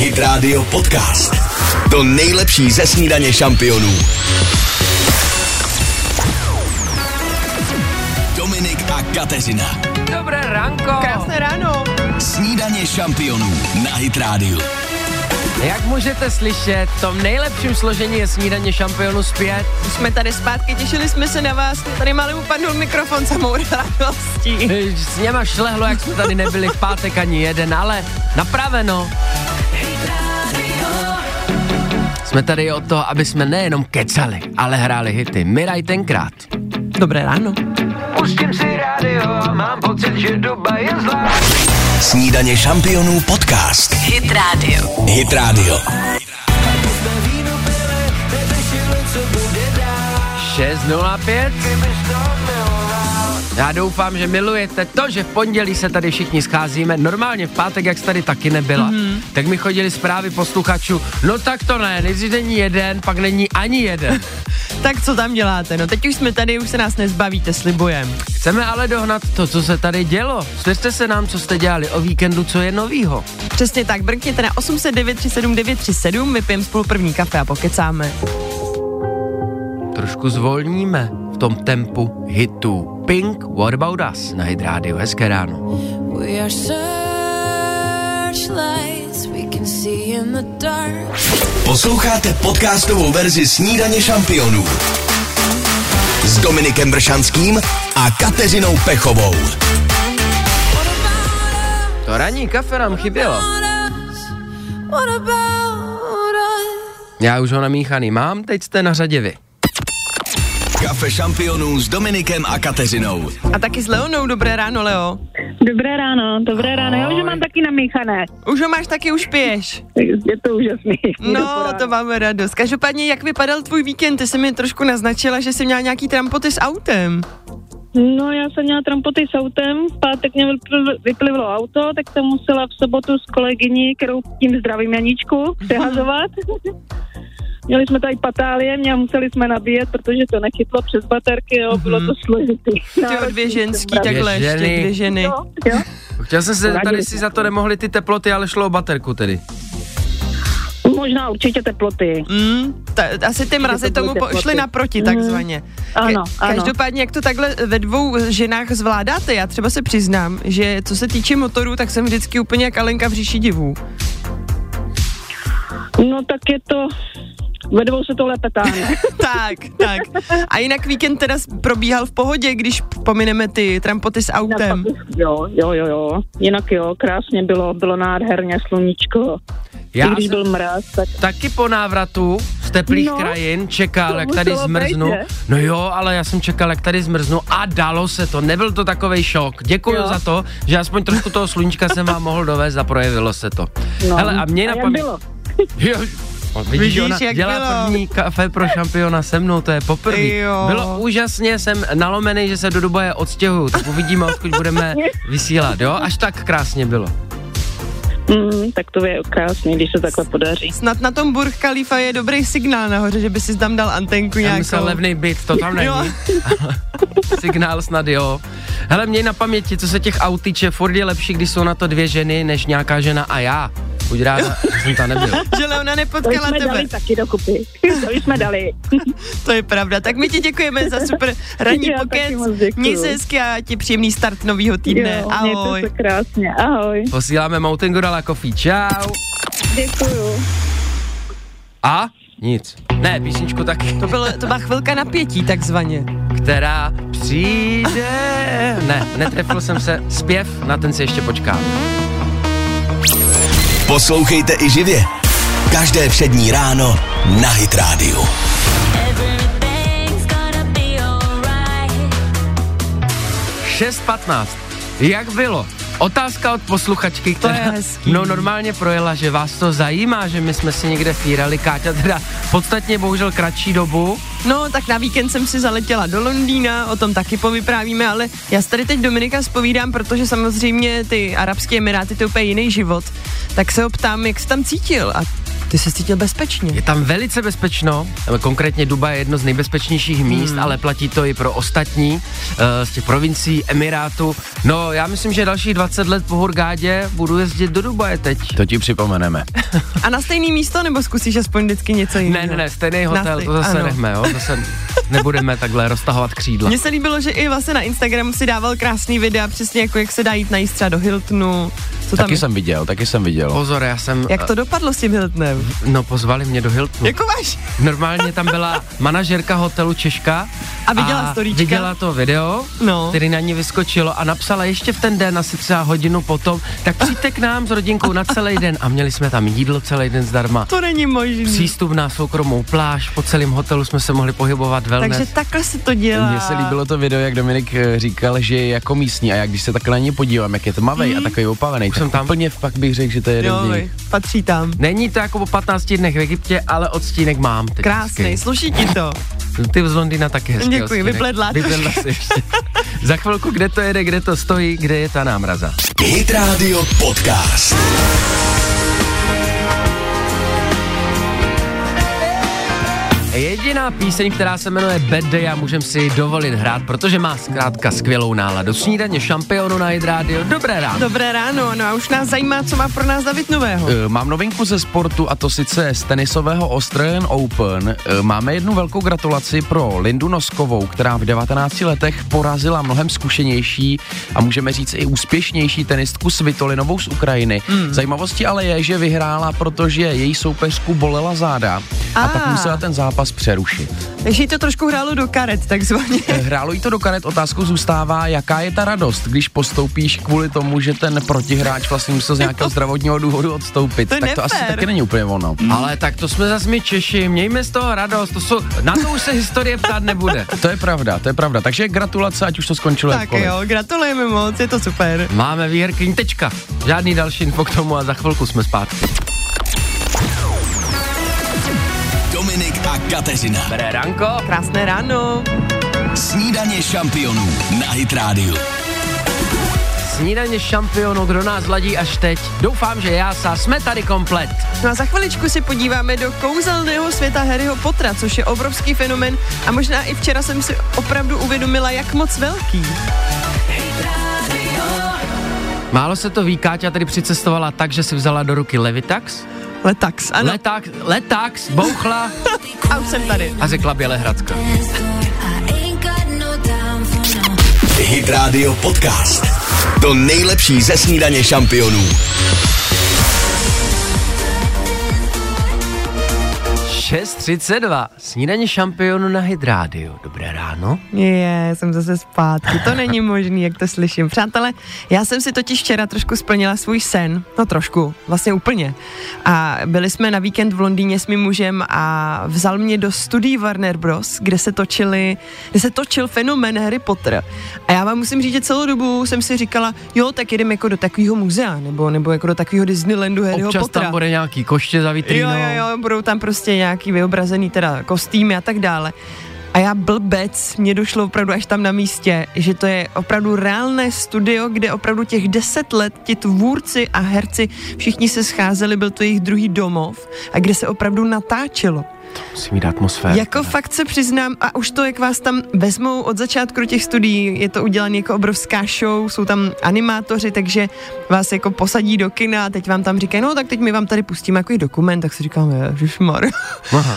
Hit Radio Podcast. To nejlepší ze snídaně šampionů. Dominik a Kateřina. Dobré ranko. Krásné ráno. Snídaně šampionů na Hit Radio. Jak můžete slyšet, v tom nejlepším složení je snídaně šampionu zpět. Jsme tady zpátky, těšili jsme se na vás. Tady malý upadnul mikrofon samou radostí. Eh, S něma šlehlo, jak jsme tady nebyli v pátek ani jeden, ale napraveno. Jsme tady o to, aby jsme nejenom kecali, ale hráli hity. Miraj tenkrát. Dobré ráno. Pustím si rádio a mám pocit, že doba je zlá. Snídaně šampionů podcast. Hit Radio. Hit Radio. 6.05. Já doufám, že milujete to, že v pondělí se tady všichni scházíme. Normálně v pátek, jak jsi tady taky nebyla, mm-hmm. tak mi chodili zprávy posluchačů. No tak to ne, nejdřív není jeden, pak není ani jeden. Tak co tam děláte? No teď už jsme tady, už se nás nezbavíte, slibujem. Chceme ale dohnat to, co se tady dělo. Svěřte se nám, co jste dělali o víkendu, co je novýho. Přesně tak, brkněte na 809 37 937, vypijeme spolu první kafe a pokecáme. Trošku zvolníme v tom tempu hitů. Pink, What About Us na Hit Radio. Hezké ráno. We are searchlights we can see in the dark. Posloucháte podcastovou verzi Snídaně šampionů s Dominikem Bršanským a Kateřinou Pechovou. What about To ranní kafe nám chybělo. us? What about us? Já už ho namíchaný mám, teď jste na řadě vy. Kafe šampionů s Dominikem a Kateřinou. A taky s Leonou, dobré ráno, Leo. Dobré ráno, dobré Ahoj. ráno. Já už Ahoj. ho mám taky namíchané. Už ho máš taky, už piješ. Je to úžasný. No, to to... máme radost. Každopádně, jak vypadal tvůj víkend? Ty jsi mi trošku naznačila, že jsi měla nějaký trampoty s autem. no já jsem měla trampoty s autem, v pátek mě vypl- vyplivlo auto, tak jsem musela v sobotu s kolegyní, kterou tím zdravím Janíčku, přehazovat. Měli jsme tady patálie, mě museli jsme nabíjet, protože to nechytlo přes baterky, jo, bylo to složitý. Mhm. Ty o dvě ženský, tak... takhle ještě ženy. dvě ženy. No, Jo, jo. Chtěl jsem se tady Radili si jsme. za to nemohli ty teploty, ale šlo o baterku tedy. Možná určitě teploty. Mm, ta, asi ty mrazy to byly tomu po, teploty. šly naproti takzvaně. Ano, ano. Každopádně, jak to takhle ve dvou ženách zvládáte? Já třeba se přiznám, že co se týče motorů, tak jsem vždycky úplně jak Alenka v říši divů. No tak je to, ve dvou se to lépe táhne. tak, tak. A jinak víkend teda s- probíhal v pohodě, když pomineme ty trampoty s autem. Jo, jo, jo, jo. Jinak jo, krásně bylo, bylo nádherně sluníčko. Já I Já když jsem byl mraz, tak taky po návratu z teplých no, No, krajin čekal, to jak tady muselo zmrznu. být, ne? No jo, ale já jsem čekal, jak tady zmrznu a dalo se to. Nebyl to takový šok. Děkuji Jo. za to, že aspoň trošku toho sluníčka jsem vám mohl dovést a projevilo se to. no. Hele, a mě jak napadlo. bylo? Jo, o, vidíš, Vidíš, ona jak dělá bylo. první kafe pro šampiona se mnou, to je poprvé. Jo. Bylo úžasně, jsem nalomený, že se do Dubaje odstěhuju, tak uvidíme, odkud budeme vysílat, jo? Až tak krásně bylo. Mm, tak to je krásně, když se takhle podaří. Snad na tom Burj Khalifa je dobrý signál nahoře, že by si tam dal antenku Já nějakou. myslel levný byt, to tam není. jako- Jo. Signál snad jo. Hele, měj na paměti, co se těch aut týče, furt je lepší, když jsou na to dvě ženy, než nějaká žena a já. Buď ráda, že jsem tam nebyl. Že Leona To nepotkala jsme tebe. dali taky dokupy. To jsme dali. To je pravda. Tak my ti děkujeme za super ranní Já taky pokec. moc děkuju. Měj se hezky a ti příjemný start nového týdne. jo, Ahoj. Mějte se krásně. Ahoj. Posíláme Mountain Gorilla Coffee, čau. Děkuju. A? Nic. Ne, písničku taky. To, bylo, to byla chvilka napětí takzvaně. Která přijde. Ne, netrefil jsem se. Zpěv, na ten si ještě počkám. Poslouchejte i živě. Každé přední ráno na Hit Radio. Everything's gonna be alright. 6.15. Jak bylo? Otázka od posluchačky, To je která hezký. no normálně projela, že vás to zajímá, že my jsme si někde fírali, Káťa teda podstatně bohužel kratší dobu. No, tak na víkend jsem si zaletěla do Londýna, o tom taky povyprávíme, ale já si tady teď Dominika zpovídám, protože samozřejmě ty Arabské Emiráty to je úplně jiný život. Tak se ho ptám, jak se tam cítil a Ty se cítil bezpečně. Je tam velice bezpečno, konkrétně Duba je jedno z nejbezpečnějších míst, Hmm. ale platí to i pro ostatní eh, z těch provincií, Emirátu. No, já myslím, že dalších 20 let po Hurgádě budu jezdit do Dubaje teď. To ti připomeneme. A na stejný místo, nebo zkusíš aspoň vždycky něco jiného? Ne, ne, ne, stejný hotel, stej- to zase ano. nechme, jo, zase nebudeme takhle roztahovat křídla. Mně se líbilo, že i vlastně na Instagramu si dával krásný videa, přesně jako jak se dá jít najíst třeba do Hiltonu. Co tam Taky je? jsem viděl, taky jsem viděl. Pozor, já jsem, Jak to dopadlo s tím Hiltonem? no pozvali mě do Hiltonu. Jako máš? Normálně tam byla manažerka hotelu Češka. A viděla storíčka? Viděla to video, No. který na ní vyskočilo a napsala ještě v ten den, asi třeba hodinu potom, tak přijďte k nám s rodinkou na celý den a měli jsme tam jídlo celý den zdarma. To není možný. Přístup na soukromou pláž, po celém hotelu jsme se mohli pohybovat wellness. Takže takhle se to dělá. Mně se líbilo to video, jak Dominik eh, říkal, že je jako místní a já když se takhle na ně podívám, jak je tmavej a takový opavený, tak jsem jsem tam. tam. úplně pak bych řekl, že to je jeden Mm. Jo, z vej, nich. patří tam. Není to jako po 15 dnech v Egyptě, ale odstínek mám teď. Krásný, hezký. sluší ti to. Ty z Londýna taky hezký Děkuji, odstínek. vypledla. Vypledla se ještě. Za chvilku, kde to jede, kde to stojí, kde je ta námraza. Hit Radio Podcast. Jediná píseň, která se jmenuje Bad Day a můžem si ji dovolit hrát, protože má zkrátka skvělou náladu. Snídaně šampionu na Hit Radio. Dobré ráno. Dobré ráno, no a už nás zajímá, co má pro nás David nového. Eh, Mám novinku ze sportu a to sice z tenisového Australian Open. Eh, Máme jednu velkou gratulaci pro Lindu Noskovou, která v 19 letech porazila mnohem zkušenější a můžeme říct i úspěšnější tenistku Svitolinovou z Ukrajiny. Zajímavostí ale je, že vyhrála, protože její soupeřku bolela záda a, Ah. a pak musela ten zápas přerušit. Takže jí to trošku hrálo do karet, takzvaně. Hrálo jí to do karet, otázkou zůstává, jaká je ta radost, když postoupíš kvůli tomu, že ten protihráč vlastně musel z nějakého zdravotního důvodu odstoupit. To je tak to asi nefér. taky není úplně ono. Ale tak to jsme zase my Češi, mějme z toho radost, to jsou, na to už se historie ptát nebude. To je pravda, to je pravda. Takže gratulace, ať už to skončilo Tak jakkoliv. jo, gratulujeme moc, je to super. Máme výherkyň, tečka. Žádný další info k tomu a za chvilku jsme zpátky. Dominik a Kateřina. Dobré ranko. Krásné ráno. Snídaně šampionů na Hit Radio. Snídaně šampionu, kdo nás ladí až teď. Doufám, že já sa, jsme tady komplet. No a za chviličku se podíváme do kouzelného světa Harryho Pottera, což je obrovský fenomen a možná i včera jsem si opravdu uvědomila, jak moc velký. Málo se to ví, Káťa tady přicestovala tak, že si vzala do ruky Levitax, Letax, ano. Let. leták, letáx, bouchla A už jsem tady. a řekla Bělehradska. I ain't got no time for no. Hit Radio Podcast. To nejlepší ze snídaně šampionů. 6.32, snídaně šampionu na Hydrádiu. Dobré ráno. Je, jsem zase zpátky, to není možný, jak to slyším. Přátelé, já jsem si totiž včera trošku splnila svůj sen, no trošku, vlastně úplně. A byli jsme na víkend v Londýně s mým mužem a vzal mě do studií Warner Bros., kde se točili, kde se točil fenomén Harry Potter. A já vám musím říct, že celou dobu jsem si říkala, jo, tak jedeme jako do takového muzea, nebo, nebo jako do takového Disneylandu Harryho Občas Pottera. tam bude nějaký koště za Jo, vitrínou. jo, jo, budou tam prostě nějaký vyobrazený teda kostýmy a tak dále. A já blbec, mě došlo opravdu až tam na místě, že to je opravdu reálné studio, kde opravdu těch deset let ti tvůrci a herci všichni se scházeli, byl to jejich druhý domov a kde se opravdu natáčelo. Musí mít atmosféru. Jako fakt se přiznám, a už to, jak vás tam vezmou od začátku do těch studií, je to udělané jako obrovská show, jsou tam animátoři, takže vás jako posadí do kina a teď vám tam říkají, no tak teď my vám tady pustíme jako dokument, tak si říkám, ježišmar.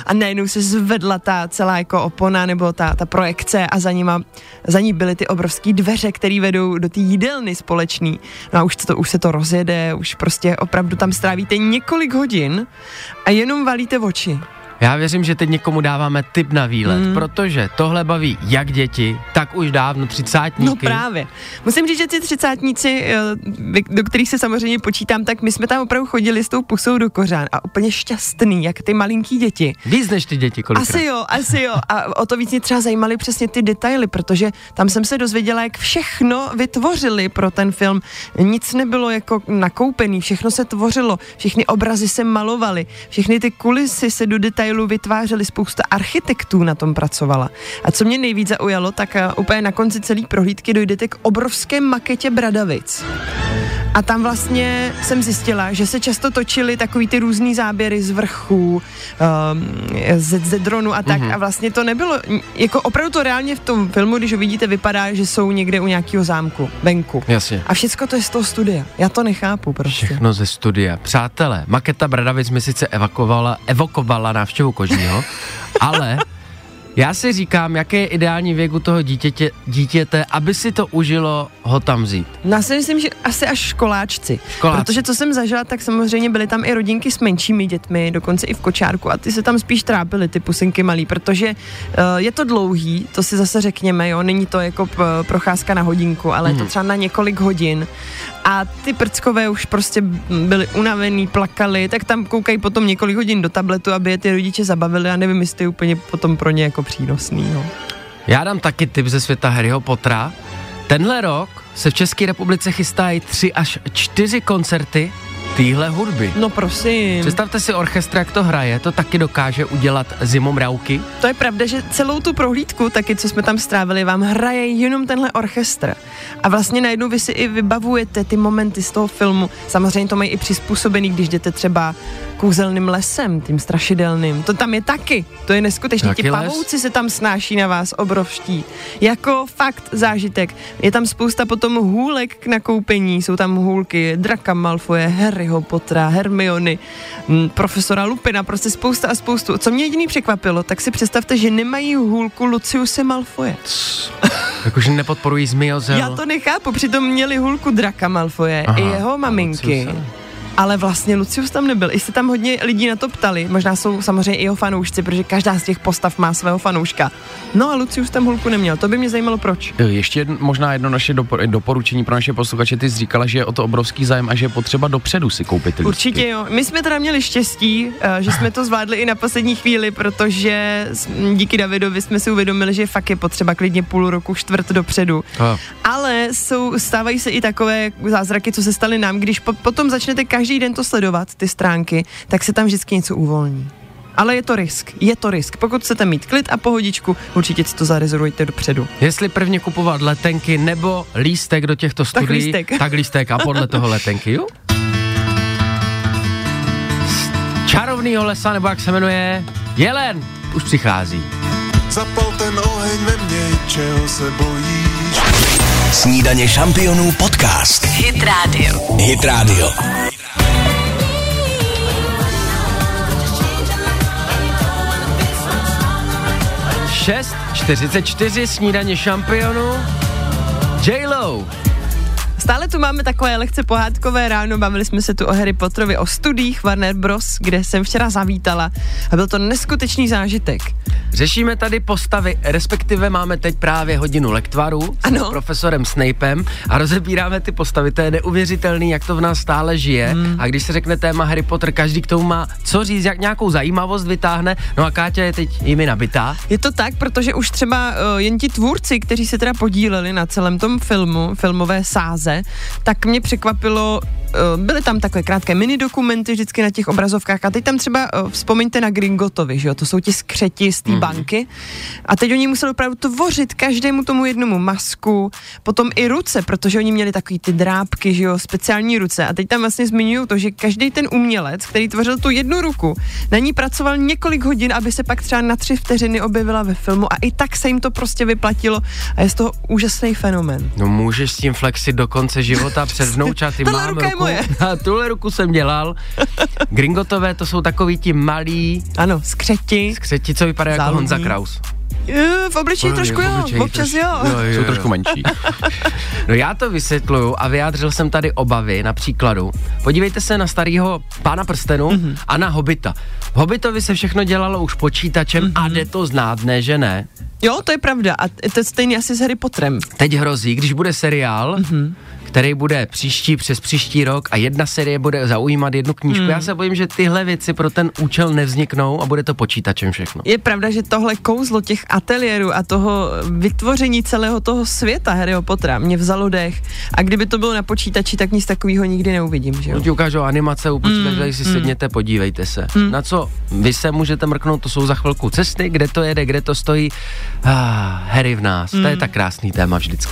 A najednou se zvedla ta celá jako opona nebo ta, ta projekce a za, nima, za ní byly ty obrovské dveře, které vedou do té jídelny společný. No a už, to, už se to rozjede, už prostě opravdu tam strávíte několik hodin a jenom valíte oči. Já věřím, že teď někomu dáváme tip na výlet, Hmm. mm. protože tohle baví jak děti, tak už dávno No třicátníky. právě. Musím říct, že ty třicátníci, eh, vy- do kterých se samozřejmě počítám, tak my jsme tam opravdu chodili s tou pusou do kořán a úplně šťastný, jak ty malinký děti. Víc než ty děti kolikrát. Asi jo, asi jo. A o to víc mě třeba zajímaly přesně ty detaily, protože tam jsem se dozvěděla, jak všechno vytvořili pro ten film. Nic nebylo jako nakoupený, všechno se tvořilo, všechny obrazy se malovaly, všechny ty kulisy se do detailu vytvářely, spousta architektů na tom pracovala. A co mě nejvíc zaujalo, tak eh, úplně na konci celé prohlídky dojdete k obrovské maketě Bradavic. A tam vlastně jsem zjistila, že se často točily takový ty různý záběry z vrchu, um, ze, ze dronu a tak. Mm-hmm. A vlastně to nebylo, jako opravdu to reálně v tom filmu, když ho vidíte, vypadá, že jsou někde u nějakého zámku, venku. Jasně. A všecko to je z toho studia. Já to nechápu prostě. Všechno ze studia. Přátelé, maketa Bradavic mi sice evakovala, evokovala návštěvu kožního, ale já si říkám, jaký je ideální věk u toho dítěte, dítěte, aby si to užilo ho tam vzít. No já si myslím, že asi až školáčci. Školáci. Protože co jsem zažila, tak samozřejmě byly tam i rodinky s menšími dětmi, dokonce i v kočárku a ty se tam spíš trápily, ty pusinky malý, protože uh, je to dlouhý, to si zase řekněme, jo, není to jako p- procházka na hodinku, ale je to třeba na několik hodin a ty prckové už prostě byli unavený, plakali, tak tam koukají potom několik hodin do tabletu, aby je ty rodiče zabavili a nevím, jestli je úplně potom pro ně jako přínosný, jo. Já dám taky tip ze světa Harryho Pottera. Tenhle rok se v České republice chystají tři až čtyři koncerty téhle hudby. No prosím. Představte si orchestr, jak to hraje, to taky dokáže udělat zimomrauky. To je pravda, že celou tu prohlídku, taky co jsme tam strávili, vám hraje jenom tenhle orchestr. A vlastně najednou vy si i vybavujete ty momenty z toho filmu. Samozřejmě to mají i přizpůsobený, když jdete třeba kouzelným lesem, tím strašidelným. To tam je taky. To je neskutečné. Taky Ti les? pavouci se tam snáší na vás obrovští. Jako fakt zážitek. Je tam spousta potom hůlek k nakoupení. Jsou tam hůlky Draka Malfoje, Harryho Pottera, Hermiony, m, profesora Lupina, prostě spousta a spoustu. Co mě jediný překvapilo, tak si představte, že nemají hůlku Luciuse Malfoje. Jakože nepodporují Zmiozel. Já to nechápu, přitom měli hůlku Draka Malfoje Aha, i jeho maminky. Luciuse. Ale vlastně Lucius tam nebyl. I se tam hodně lidí na to ptali. Možná jsou samozřejmě i jeho fanoušci, protože každá z těch postav má svého fanouška. No a Lucius tam hulku neměl. To by mě zajímalo proč. Eh, Ještě jedno, možná jedno naše dopor- doporučení pro naše posluchače. Ty jsi říkala, že je o to obrovský zájem a že je potřeba dopředu si koupit ty lístky. Určitě jo. My jsme teda měli štěstí, eh, že jsme to zvládli i na poslední chvíli, protože s- m, díky Davidovi jsme si uvědomili, že fakt je potřeba klidně půl roku, čtvrt dopředu. A. Ale jsou, stávají se i takové zázraky, co se staly nám, když po, potom začnete každý den to sledovat, ty stránky, tak se tam vždycky něco uvolní. Ale je to risk, je to risk. Pokud chcete mít klid a pohodičku, určitě si to zarezervujte dopředu. Jestli prvně kupovat letenky nebo lístek do těchto studií, lístek. tak lístek a podle toho letenky, jo? Z Čarovnýho lesa, nebo jak se jmenuje, Jelen už přichází. Zapal ten oheň ve mně, čeho se bojíš? Snídaně šampionů podcast. Hit Radio. Hit Radio. Thank you. 6.44 snídaně šampionu. J-Lo. Stále tu máme takové lehce pohádkové ráno, bavili jsme se tu o Harry Potterovi, o studiích Warner Bros., kde jsem včera zavítala a byl to neskutečný zážitek. Řešíme tady postavy, respektive máme teď právě hodinu lektvaru Ano. s profesorem Snapem a rozebíráme ty postavy. To je neuvěřitelný, jak to v nás stále žije. Hmm. A když se řekne téma Harry Potter, každý k tomu má co říct, jak nějakou zajímavost vytáhne. No a Káťa je teď jimi nabitá. Je to tak, protože už třeba eh, jen ti tvůrci, kteří se teda podíleli na celém tom filmu, filmové sáze, tak mě překvapilo, eh, byly tam takové krátké mini dokumenty vždycky na těch obrazovkách a teď tam třeba eh, vzpomeňte na Gringotovi, že jo, to jsou ti skřeti z té mm. banky a teď oni museli opravdu tvořit každému tomu jednomu masku, potom i ruce, protože oni měli takový ty drápky, že jo, speciální ruce a teď tam vlastně zmiňují to, že každý ten umělec, který tvořil tu jednu ruku, na ní pracoval několik hodin, aby se pak třeba na tři vteřiny objevila ve filmu a i tak se jim to prostě vyplatilo a je z toho úžasný fenomen. No můžeš s tím flexit do konce života před vnoučaty. Tahle Mám ruka je ruku. moje. A tuhle ruku jsem dělal. Gringotové to jsou takový ti malí Ano, skřeti. skřeti, co vypadá jako Záludní. Honza Kraus. Eh, V obličeji trošku jo, Obličej občas trošku- jo. jo, Jsou trošku menší. No já to vysvětluju a vyjádřil jsem tady obavy na příkladu. Podívejte se na starého pána prstenu mm-hmm. a na Hobita. V Hobitovi se všechno dělalo už počítačem mm-hmm. a jde to znát, ne že ne. Jo, to je pravda a t- to je stejně asi s Harry Potterem. Teď hrozí, když bude seriál, mm-hmm. který bude příští přes příští rok a jedna série bude zaujímat jednu knížku. Mm. Já se bojím, že tyhle věci pro ten účel nevzniknou a bude to počítačem všechno. Je pravda, že tohle kouzlo těch ateliérů a toho vytvoření celého toho světa Harryho Pottera mě vzalo dech. A kdyby to bylo na počítači, tak nic takového nikdy neuvidím, že jo? No ti ukážou animace, upočítač, mm, si sedněte, podívejte se. Mm. Na co vy se můžete mrknout, to jsou za chvilku cesty, kde to jede, kde to stojí. Ah, Harry v nás, mm. to je tak krásný téma vždycky.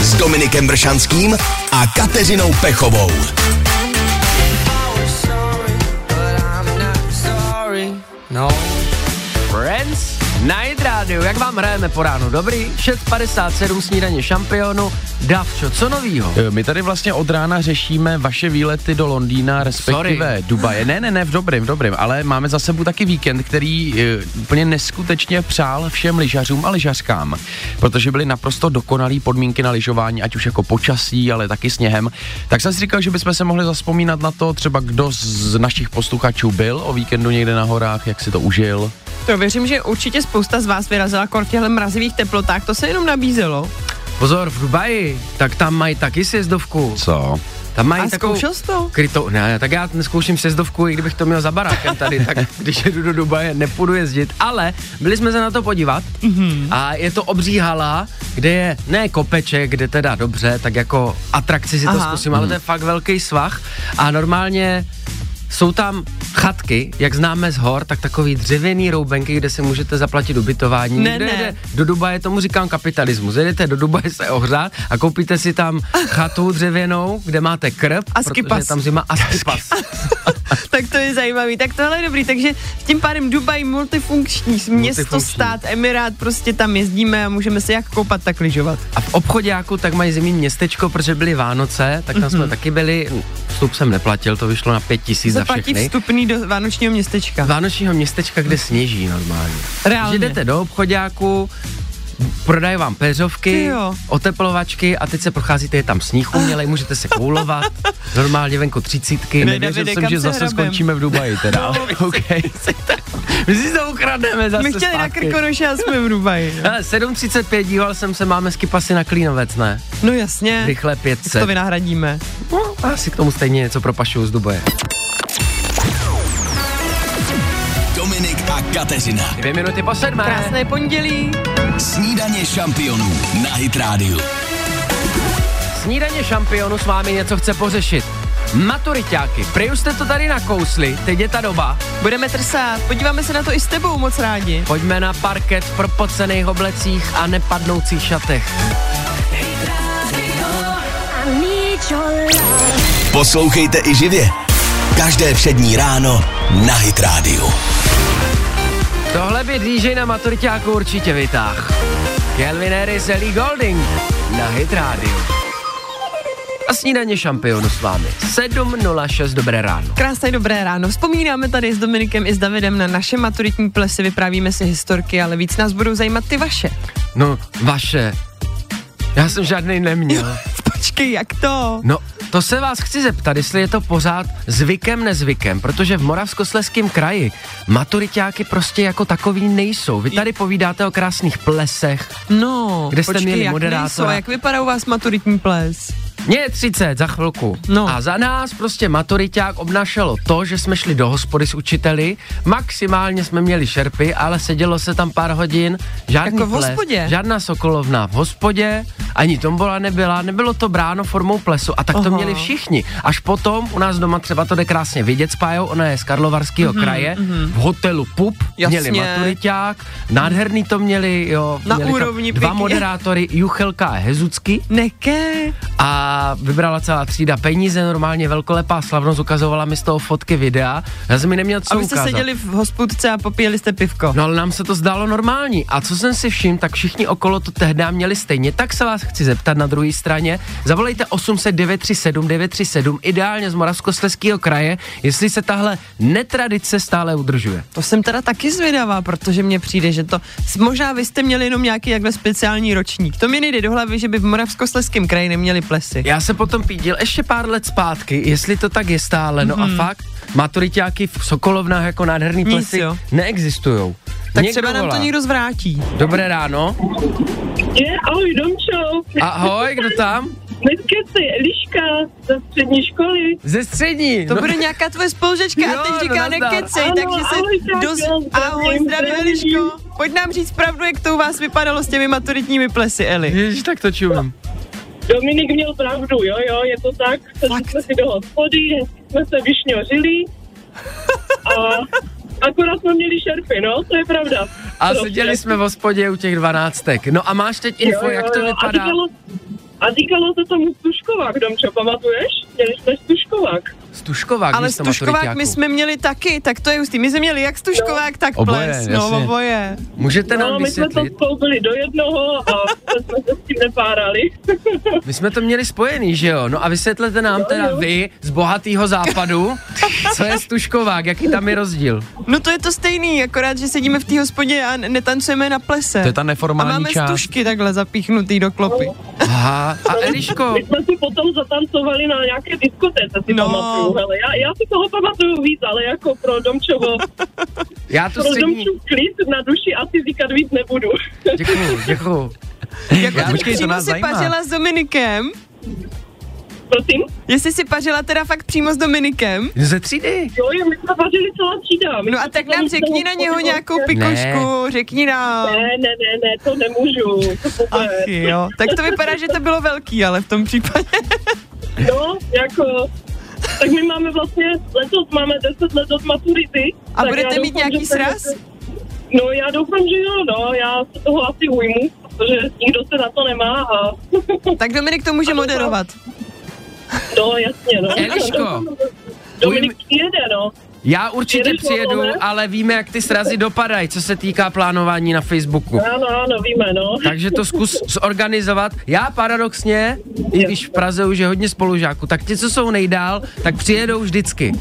s Dominikem Bršanským a Kateřinou Pechovou. No. Friends, Night Radio, jak vám hrajeme po ránu? Dobrý, 6.57 snídaně šampionu, Davčo, co novýho? Eh, My tady vlastně od rána řešíme vaše výlety do Londýna, respektive Sorry. Dubaje. Ne, ne, ne, v dobrém, v dobrém, ale máme za sebou taky víkend, který eh, úplně neskutečně přál všem lyžařům a lyžařkám, protože byly naprosto dokonalé podmínky na lyžování, ať už jako počasí, ale taky sněhem. Tak jsem si říkal, že bychom se mohli zaspomínat na to, třeba kdo z našich posluchačů byl o víkendu někde na horách, jak si to užil. To věřím, že určitě spousta z vás vyrazila kor v těchto mrazivých teplotách, to se jenom nabízelo. Pozor, v Dubaji, tak tam mají taky sjezdovku. Co? Tam mají A takovou zkoušel jsi to? krytou, ne, tak já neskouším sjezdovku, i kdybych to měl za barákem tady, tak když jedu do Dubaje, nepůjdu jezdit, ale byli jsme se na to podívat Mhm. mm-hmm. a je to obří hala, kde je, ne kopeček, kde teda dobře, tak jako atrakci si to Aha. Mhm. zkusím, ale to je fakt velký svah a normálně jsou tam chatky, jak známe z hor, tak takový dřevěný roubenky, kde si můžete zaplatit ubytování. Ne, Někde ne. jede do Dubaje, tomu říkám kapitalismus. Jedete do Dubaje se ohřát a koupíte si tam chatu dřevěnou, kde máte krb, A protože skipas. je tam zima a skipas. tak to je zajímavý. Tak tohle je dobrý, takže tím pádem Dubaj multifunkční, město, Multifunkční. stát, emirát, prostě tam jezdíme a můžeme se jak koupat, tak lyžovat. A v obchodáku tak mají zimní městečko, protože byly Vánoce, tak tam mm-hmm. Mhm. jsme taky byli. Vstup jsem neplatil, to vyšlo na pět tisíc za Zaplatí všechny. vstupný do vánočního městečka. Vánočního městečka, kde sněží normálně. Reálně. Že jdete do obchodáku, prodají vám Ty peřovky, jo. oteplovačky a teď se procházíte, je tam sníh umělej, můžete se koulovat, normálně venku třicítky. Ne, Nevěřil Davide, jsem, kam že se zase hrabem? Končíme v Dubaji teda, ale okay. My si to ukradneme zase My chtěli na zpátky. Krkonoše a jsme v Dubaji. no. Hele, 7.35 díval jsem se, máme skipasy na Klínovec, ne? No jasně, Rychle tak 500. to vynahradíme. No, asi k tomu stejně něco propašuju z Dubaje. Dominik a Kateřina. Dvě minuty po sedmé. Krásné pondělí. Snídaně šampionů na Hit Radio. Snídaně šampionu s vámi něco chce pořešit. Maturitáky, prej už jste to tady nakousli, teď je ta doba. Budeme trsát, podíváme se na to i s tebou moc rádi. Pojďme na parket v propocených oblecích a nepadnoucích šatech. Poslouchejte i živě. Každé přední ráno na Hit Radio. Tohle by DJ na maturitáku určitě vytáh. Kelvin Harris, Ellie Golding na Hit Radio. A snídaně šampionu s vámi. 7.06, dobré ráno. Krásné dobré ráno. Vzpomínáme tady s Dominikem i s Davidem na naše maturitní plesy, vyprávíme si historky, ale víc nás budou zajímat ty vaše. No, vaše. Já jsem žádný neměl. Počkej, jak to? No, to se vás chci zeptat, jestli je to pořád zvykem, nezvykem, protože v Moravskosleském kraji maturitáky prostě jako takový nejsou. Vy tady povídáte o krásných plesech. No, Kde jste počkej, měli jak moderátora? nejsou, a jak vypadá u vás maturitní ples? Mně je 30 za chvilku. No. A za nás prostě maturiták obnášelo to, že jsme šli do hospody s učiteli, maximálně jsme měli šerpy, ale sedělo se tam pár hodin, žádný Jako v ples, hospodě? žádná sokolovna v hospodě, ani tombola nebyla, nebylo to bráno formou plesu a tak to Aha. měli všichni. Až potom u nás doma třeba to jde krásně vidět s Pájou, ona je z Karlovarského mm-hmm, kraje, mm-hmm. v hotelu PUP Mhm, Jasně. měli maturiták, nádherný to měli, jo, Na měli to úrovni dva pěkně. moderátory, Juchelka a Hezucky Neke, a vybrala celá třída peníze, normálně velkolepá slavnost, ukazovala mi z toho fotky videa, já jsem mi neměl co a vy jste ukázat. seděli v hospůdce a popíjeli jste pivko. No ale nám se to zdálo normální. A co jsem si všiml, tak všichni okolo to tehdy měli stejně. Tak se vás chci zeptat na druhé straně. Zavolejte 800 937 937, ideálně z Moravskoslezského kraje, jestli se tahle netradice stále udržuje. To jsem teda taky zvědavá, protože mně přijde, že to možná vy jste měli jenom nějaký jakhle speciální ročník. To mi nejde do hlavy, že by v Moravskoslezském kraji neměli plesy. Já se potom pídil ještě pár let zpátky, jestli to tak je stále. No a fakt, maturitáky v Sokolovnách jako nádherný Mhm. Nic, plesy jo. neexistují. tak třeba nám to někdo zvrátí. Dobré ráno. Je, ahoj, Domčo. Ahoj, kdo tam? Miskeci, Liška ze střední školy. Ze střední. No, To bude nějaká tvoje spolužečka a Jo, teď říká nazdar. nekecej, Ano, takže se ahoj, Sášo, doz... zdravím, Ahoj, zdravím, zdravím. Eliško. Pojď nám říct pravdu, jak to u vás vypadalo s těmi maturitními plesy, Eli. Ježíš, tak to čumím. Dominik měl pravdu, jo, jo, je to tak. Sedli Fakt? jsme si do hospody, jsme se vyšňořili. A akorát jsme měli šerpy, no, to je pravda. A Prostě. seděli jsme v hospodě u těch dvanáctek. No a máš teď info, Jo, jo, jak to jo. A vypadá? říkalo, a říkalo se tomu stuškovák, Domčo, pamatuješ? Měli jsme stuškovák. Stuškovák, Ale místo maturiťáků. stuškovák my jsme měli taky, tak to je hustý. My jsme měli jak stuškovák, tak Oboje, ples. No, jasně. oboje. Můžete No, nám my jsme to vysvětlit? skloubili do jednoho a vůbec jsme se s tím nepárali. My jsme to měli spojený, že jo? No a vysvětlete nám teda jo. vy z bohatého západu, co je stuškovák, jaký tam je rozdíl. No to je to stejný, akorát, že sedíme v té hospodě a n- netancujeme na plese. To je ta a neformální máme část. stušky takhle zapíchnutý do klopy. Aha, a Eliško, My jsme si potom zatancovali na nějaké diskotéce, si No. no. pamatuju. Hele, já, já si toho pamatuju víc, ale jako pro Domčovo, já to pro střední... Domčův klid na duši asi říkat víc nebudu. Děkuju, děkuju. Jako Já- já, počkej, to přímo nás si zajímá. pařila s Dominikem. Prosím? Jestli si pařila teda fakt přímo s Dominikem. Ze třídy. Jo, jo, my jsme vařili celá třída. My No a jsme tak se tam nám řekni na něho nějakou pikošku, řekni nám. Ne, ne, ne, ne, to nemůžu. To vůbec. Ach jo, tak to vypadá, že to bylo velký, ale v tom případě. No, jako... Tak my máme vlastně, letos máme 10 let od maturity. A tak budete já mít doufám, nějaký že se- sraz? No já doufám, že jo, no, já se toho asi ujmu, protože nikdo se na to nemá a Tak Dominik to může Ano, moderovat. no jasně, no. Eliško, Dominik jede, no. Já určitě Jedeš na přijedu, vlnu? ale víme, jak ty srazy dopadají, co se týká plánování na Facebooku. Ano, ano, víme, no. Takže to zkus zorganizovat. Já paradoxně, i když v Praze už je hodně spolužáků, tak ti, co jsou nejdál, tak přijedou vždycky.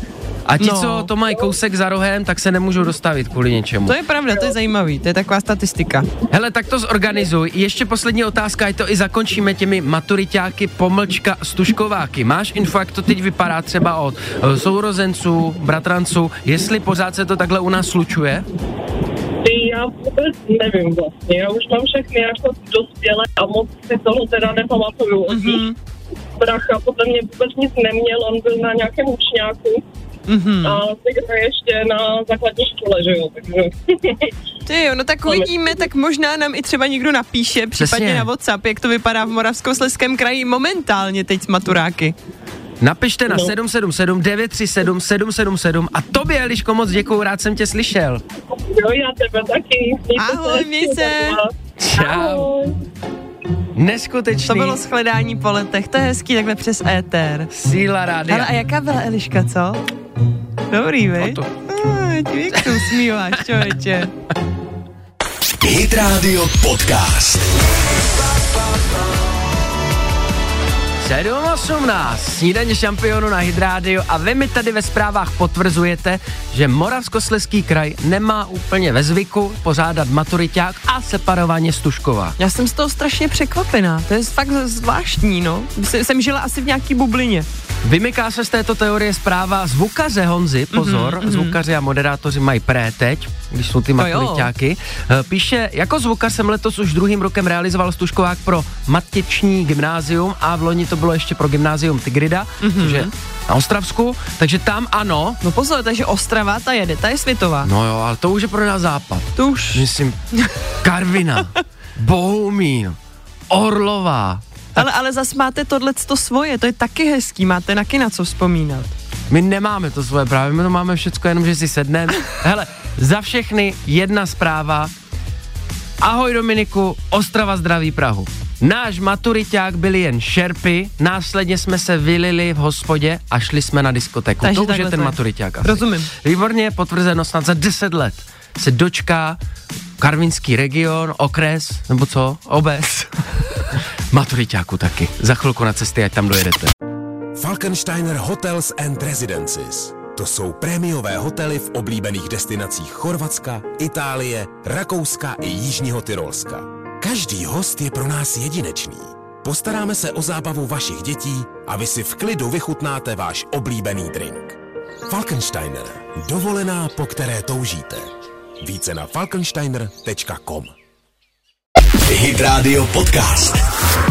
A ti, No. co to mají kousek za rohem, tak se nemůžou dostavit kvůli něčemu. To je pravda, to je zajímavý, to je taková statistika. Hele, tak to zorganizuj. Ještě poslední otázka, ať to i zakončíme těmi maturitáky, pomlčka, stuškováky. Máš info, jak to teď vypadá třeba od eh, sourozenců, bratranců, jestli pořád se to takhle u nás slučuje? Ty, já vůbec nevím vlastně, já už mám všechny jako dospělé a moc si toho teda nepamatuju od nich. Mhm. Bracha podle mě vůbec nic neměl, on byl na nějakém učňáku Mhm. a teď hraje ještě na základní škole, že jo, takže... Ty jo, no tak uvidíme, tak možná nám i třeba někdo napíše, případně Přesně. na WhatsApp, jak to vypadá v Moravskoslezském kraji momentálně teď s maturáky. Napište No. na 777 937 777 a tobě, Eliško, moc děkuju, rád jsem tě slyšel. Jo, já tebe taky. Ahoj, měj se. Čau. Neskutečný. To bylo shledání po letech, to je hezký takhle přes éter. síla rádia. Ale a jaká byla Eliška, co? Dobrý, vej? to. Ah, ty jak se usmíváš, člověče. Hit Radio Podcast. 7.18, snídaně šampionu na Hydrádiu a vy mi tady ve zprávách potvrzujete, že Moravskoslezský kraj nemá úplně ve zvyku pořádat maturiták a separovaně stužková. Já jsem z toho strašně překvapená, to je fakt zvláštní, no. Jsem- Jsem žila asi v nějaký bublině. Vymyká se z této teorie zpráva zvukaře Honzi, Mhm, pozor, mm-hmm, zvukaři a moderátoři mají pré teď, když jsou ty To jo. maturitáky. Eh, Píše, jako zvukař jsem letos už druhým rokem realizoval stužkovák pro matěční gymnázium a v loni to bylo ještě pro gymnázium Tigrida, Mhm. mm-hmm. což je na Ostravsku, takže tam ano, No pozor, takže Ostrava, ta jede, ta je světová. No jo, ale to už je pro nás západ. To už, Myslím, Karvina, Bohumín, Orlová. ale, ale zas máte tohleto svoje, to je taky hezký, máte taky na co vzpomínat. My nemáme to svoje právě, my to máme všecko, jenom že si sedneme. Hele, za všechny jedna zpráva. Ahoj Dominiku, Ostrava zdraví Prahu. Náš maturiták byli jen šerpy, následně jsme se vylili v hospodě a šli jsme na diskotéku. Takže to už je takhle ten to je. maturiták asi. Rozumím. Výborně, potvrzeno snad za 10 let se dočká Karvinský region, okres, nebo co? Obec. Maturitáku taky. Za chvilku na cesty, ať tam dojedete. Falkensteiner Hotels and Residences. To jsou prémiové hotely v oblíbených destinacích Chorvatska, Itálie, Rakouska i Jižního Tyrolska. Každý host je pro nás jedinečný. Postaráme se o zábavu vašich dětí a vy si v klidu vychutnáte váš oblíbený drink. Falkensteiner. Dovolená, po které toužíte. Více na falkensteiner.com Hit Radio Podcast.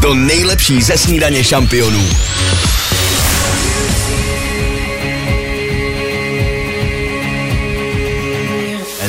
To nejlepší ze snídaně šampionů.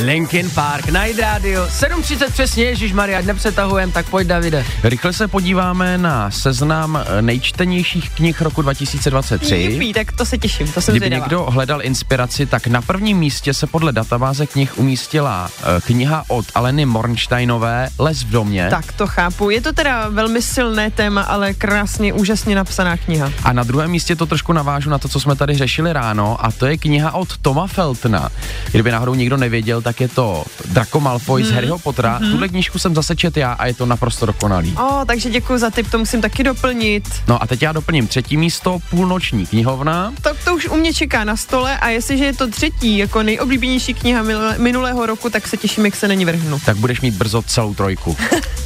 Linkin Park, Night Radio, 7.30 přesně, Ježíš Maria, nepřetahujem, tak pojď Davide. Rychle se podíváme na seznam eh, nejčtenějších knih roku 2023. Jupi, tak to se těším, to jsem Kdyby zvědavá. někdo hledal inspiraci, tak na prvním místě se podle databáze knih umístila eh, kniha od Aleny Mornsteinové Les v domě. Tak to chápu. Je to teda velmi silné téma, ale krásně, úžasně napsaná kniha. A na druhém místě to trošku navážu na to, co jsme tady řešili ráno, a to je kniha od Toma Feltna. Kdyby náhodou nikdo nevěděl, tak je to Draco Malfoy Mhm. z Harryho Pottera. Tuhle knížku jsem zase čet já a je to naprosto dokonalý. O, takže děkuji za tip, to musím taky doplnit. No a teď já doplním třetí místo, půlnoční knihovna. Tak to už u mě čeká na stole a jestliže je to třetí, jako nejoblíbenější kniha minule- minulého roku, tak se těším, jak se na ní vrhnu. Tak budeš mít brzo celou trojku.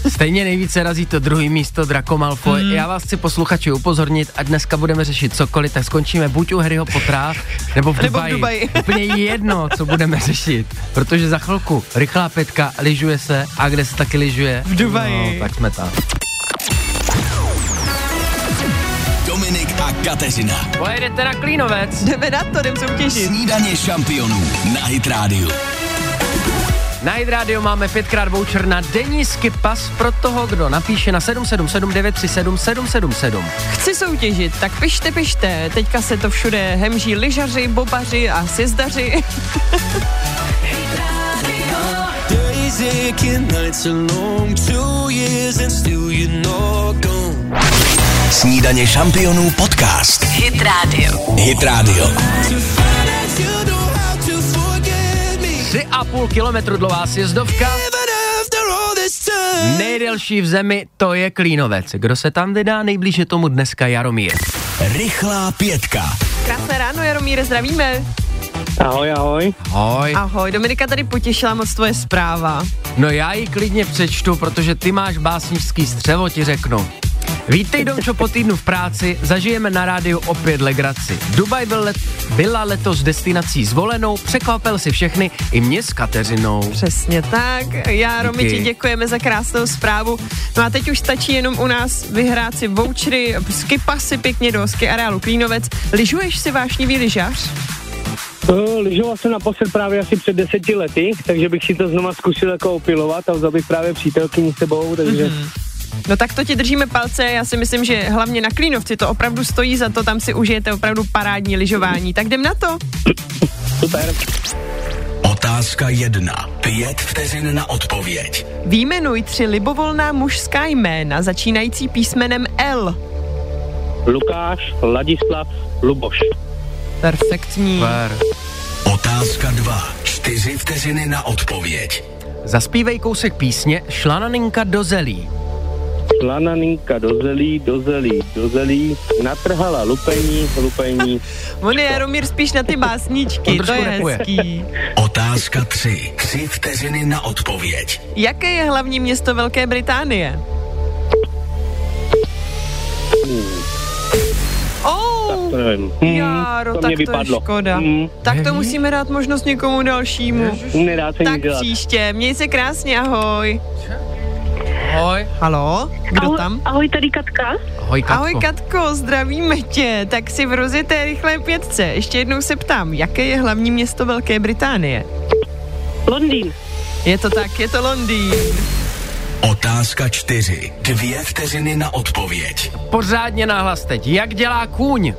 Stejně nejvíce razí to druhý místo Draco Malfoy. Hmm. Mm. Já vás chci posluchači upozornit a dneska budeme řešit cokoliv, tak skončíme buď u Harryho Pottera, nebo v Nebo v Dubaji. Dubaji. Úplně jedno, co budeme řešit, protože za chvilku rychlá pětka, lyžuje se a kde se taky lyžuje? V Dubaji. No, tak jsme tam. Dominik a Kateřina. Pojedete na Klínovec. Jdeme na to, jdem soutěžit. Snídaně šampionů na Hit Radio. Na Hit Radio máme pětkrát voucher na denní skipas pro toho, kdo napíše na 777 937 777. Chci soutěžit, tak pište, pište. Teďka se to všude hemží lyžaři, bobaři a sjezdaři. Snídaně šampionů podcast. Hit Radio. Hit Radio. Tři a půl kilometru dlouhá sjezdovka. Nejdelší v zemi, to je Klínovec. Kdo se tam vydá nejblíže tomu dneska Jaromír. Rychlá pětka. Krásné ráno, Jaromíre, zdravíme. Ahoj, ahoj. Hoj. Ahoj, Dominika tady potěšila moc tvoje zpráva. No já ji klidně přečtu, protože ty máš básnický střevo, ti řeknu. Vítej, Domčo, po týdnu v práci, zažijeme na rádiu opět legraci. Dubaj byl let, byla letos destinací zvolenou, překvapil si všechny, i mě s Kateřinou. Přesně tak. Já, Romi, Díky. ti děkujeme za krásnou zprávu. No a teď už stačí jenom u nás vyhrát si vouchery, skipa si pěkně do ski areálu Klínovec. Lyžuješ si vášnivý lyžař? Eh, Lyžoval jsem naposled právě asi před deseti lety, takže bych si to znova zkusil jako opilovat a vzal bych právě přítelkyni s sebou, takže mm-hmm. No tak to ti držíme palce, já si myslím, že hlavně na Klínovci to opravdu stojí za to, tam si užijete opravdu parádní lyžování. Tak jdem na to. super. Otázka jedna. Pět vteřin na odpověď. Výjmenuj tři libovolná mužská jména, začínající písmenem L. Lukáš, Ladislav, Luboš. Perfektní. Super. Otázka dva. Čtyři vteřiny na odpověď. Zaspívej kousek písně Šlananinka do zelí. Lananinka do zelí, do zelí, do zelí, natrhala lupení, lupení. On je Jaromír spíš na ty On básničky, to trošku je rapuje. hezký. Otázka tři. Tři vteřiny na odpověď. Jaké je hlavní město Velké Británie? Oh, To nevím. Járo, Hmm, to tak mě to je vypadlo. škoda. Hmm, Tak to musíme dát možnost někomu dalšímu. nedá se Tak nic dělat. příště, měj se krásně, ahoj. Hoj. Halo, kdo tam? ahoj, tady Katka. Ahoj, Katko. Ahoj Katko, zdravíme tě, tak si vrozete rychlé pětce. Ještě jednou se ptám, jaké je hlavní město Velké Británie? Londýn. Je to tak, je to Londýn. Otázka čtyři. Dvě vteřiny na odpověď. Pořádně nahlas teď. Jak dělá kůň?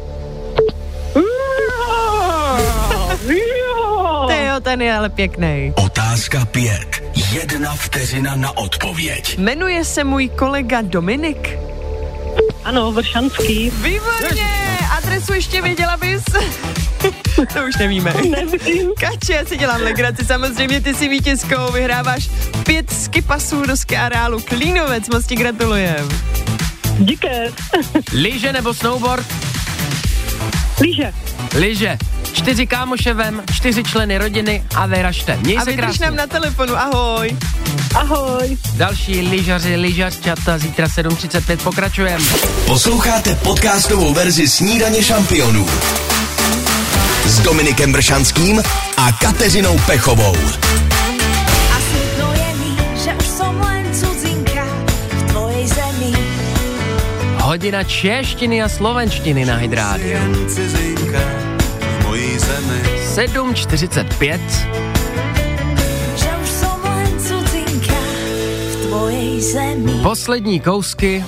Teo, ten je ale pěkný. Otázka pět. Jedna vteřina na odpověď. Jmenuje se můj kolega Dominik. Ano, Vršanský. Výborně, adresu ještě věděla bys? to už nevíme. Nevím. Kače, já si dělám legraci, samozřejmě ty si vítězkou, vyhráváš pět skipasů do ski areálu Klínovec, moc ti gratulujem. Díky. Lyže nebo snowboard? Líže. Lyže. Čtyři kámoše vem, čtyři členy rodiny a vyražte. Měj A se vydrž krásně. nám na telefonu, ahoj. Ahoj. Další lyžaři, lyžařčata, zítra 7.35 pokračujeme. Posloucháte podcastovou verzi Snídaně šampionů s Dominikem Bršanským a Kateřinou Pechovou. A smutno je mi, že už som len cudzinka Hodina češtiny a slovenštiny na Hydrádiu. Jen cizinka v mojí zemi. 7.45. Že už som len cudzinka v tvojej zemi. Poslední kousky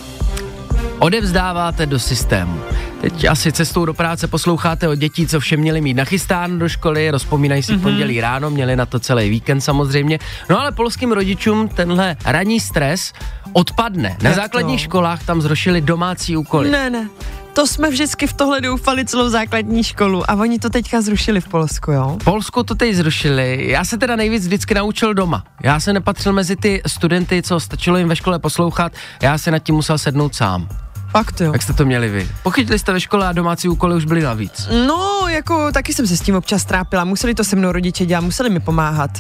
odevzdáváte do systému. Teď asi cestou do práce posloucháte o dětí, co vše měli mít nachystáno do školy, rozpomínají Mhm. si mm-hmm. pondělí ráno, měli na to celý víkend samozřejmě. No ale polským rodičům tenhle ranní stres odpadne. Na Jak základních to? školách tam zrušili domácí úkoly. Ne, ne. To jsme vždycky v tohle doufali celou základní školu a oni to teďka zrušili v Polsku, jo? Polsku to teď zrušili. Já se teda nejvíc vždycky naučil doma. Já se nepatřil mezi ty studenty, co stačilo jim ve škole poslouchat, já se nad tím musel sednout sám. Fakt jo. Jak jste to měli vy? Pochytili jste ve škole a domácí úkoly už byly navíc. No, jako taky jsem se s tím občas trápila, museli to se mnou rodiče dělat, museli mi pomáhat.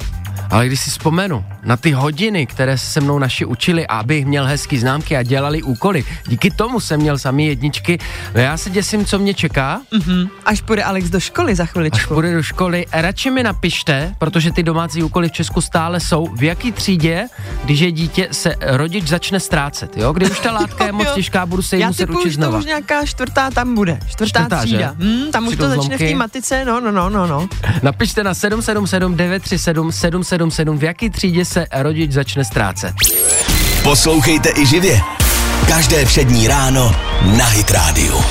Ale když si vzpomenu na ty hodiny, které se se mnou naši učili, abych měl hezký známky a dělali úkoly, díky tomu jsem měl samý jedničky, no já se děsím, co mě čeká, Mhm. Až půjde Alex do školy za až chviličku. půjde do školy. Radši mi napište, protože ty domácí úkoly v Česku stále jsou, v jaký třídě, když je dítě, se rodič začne ztrácet, jo? Kdy už ta látka je Jo, moc jo. těžká, budu se jí Já muset typuju, učit že to znova. už nějaká čtvrtá tam bude. Čtvrtá, Čtvrtá, že? třída. Hmm, tam už Přijdou to začne v zlomky. té matice, no, no, no, no, no. Napište na 777 937 777, v jaký třídě se rodič začne ztrácet. Poslouchejte i živě. Každé přední ráno na Hit Radio.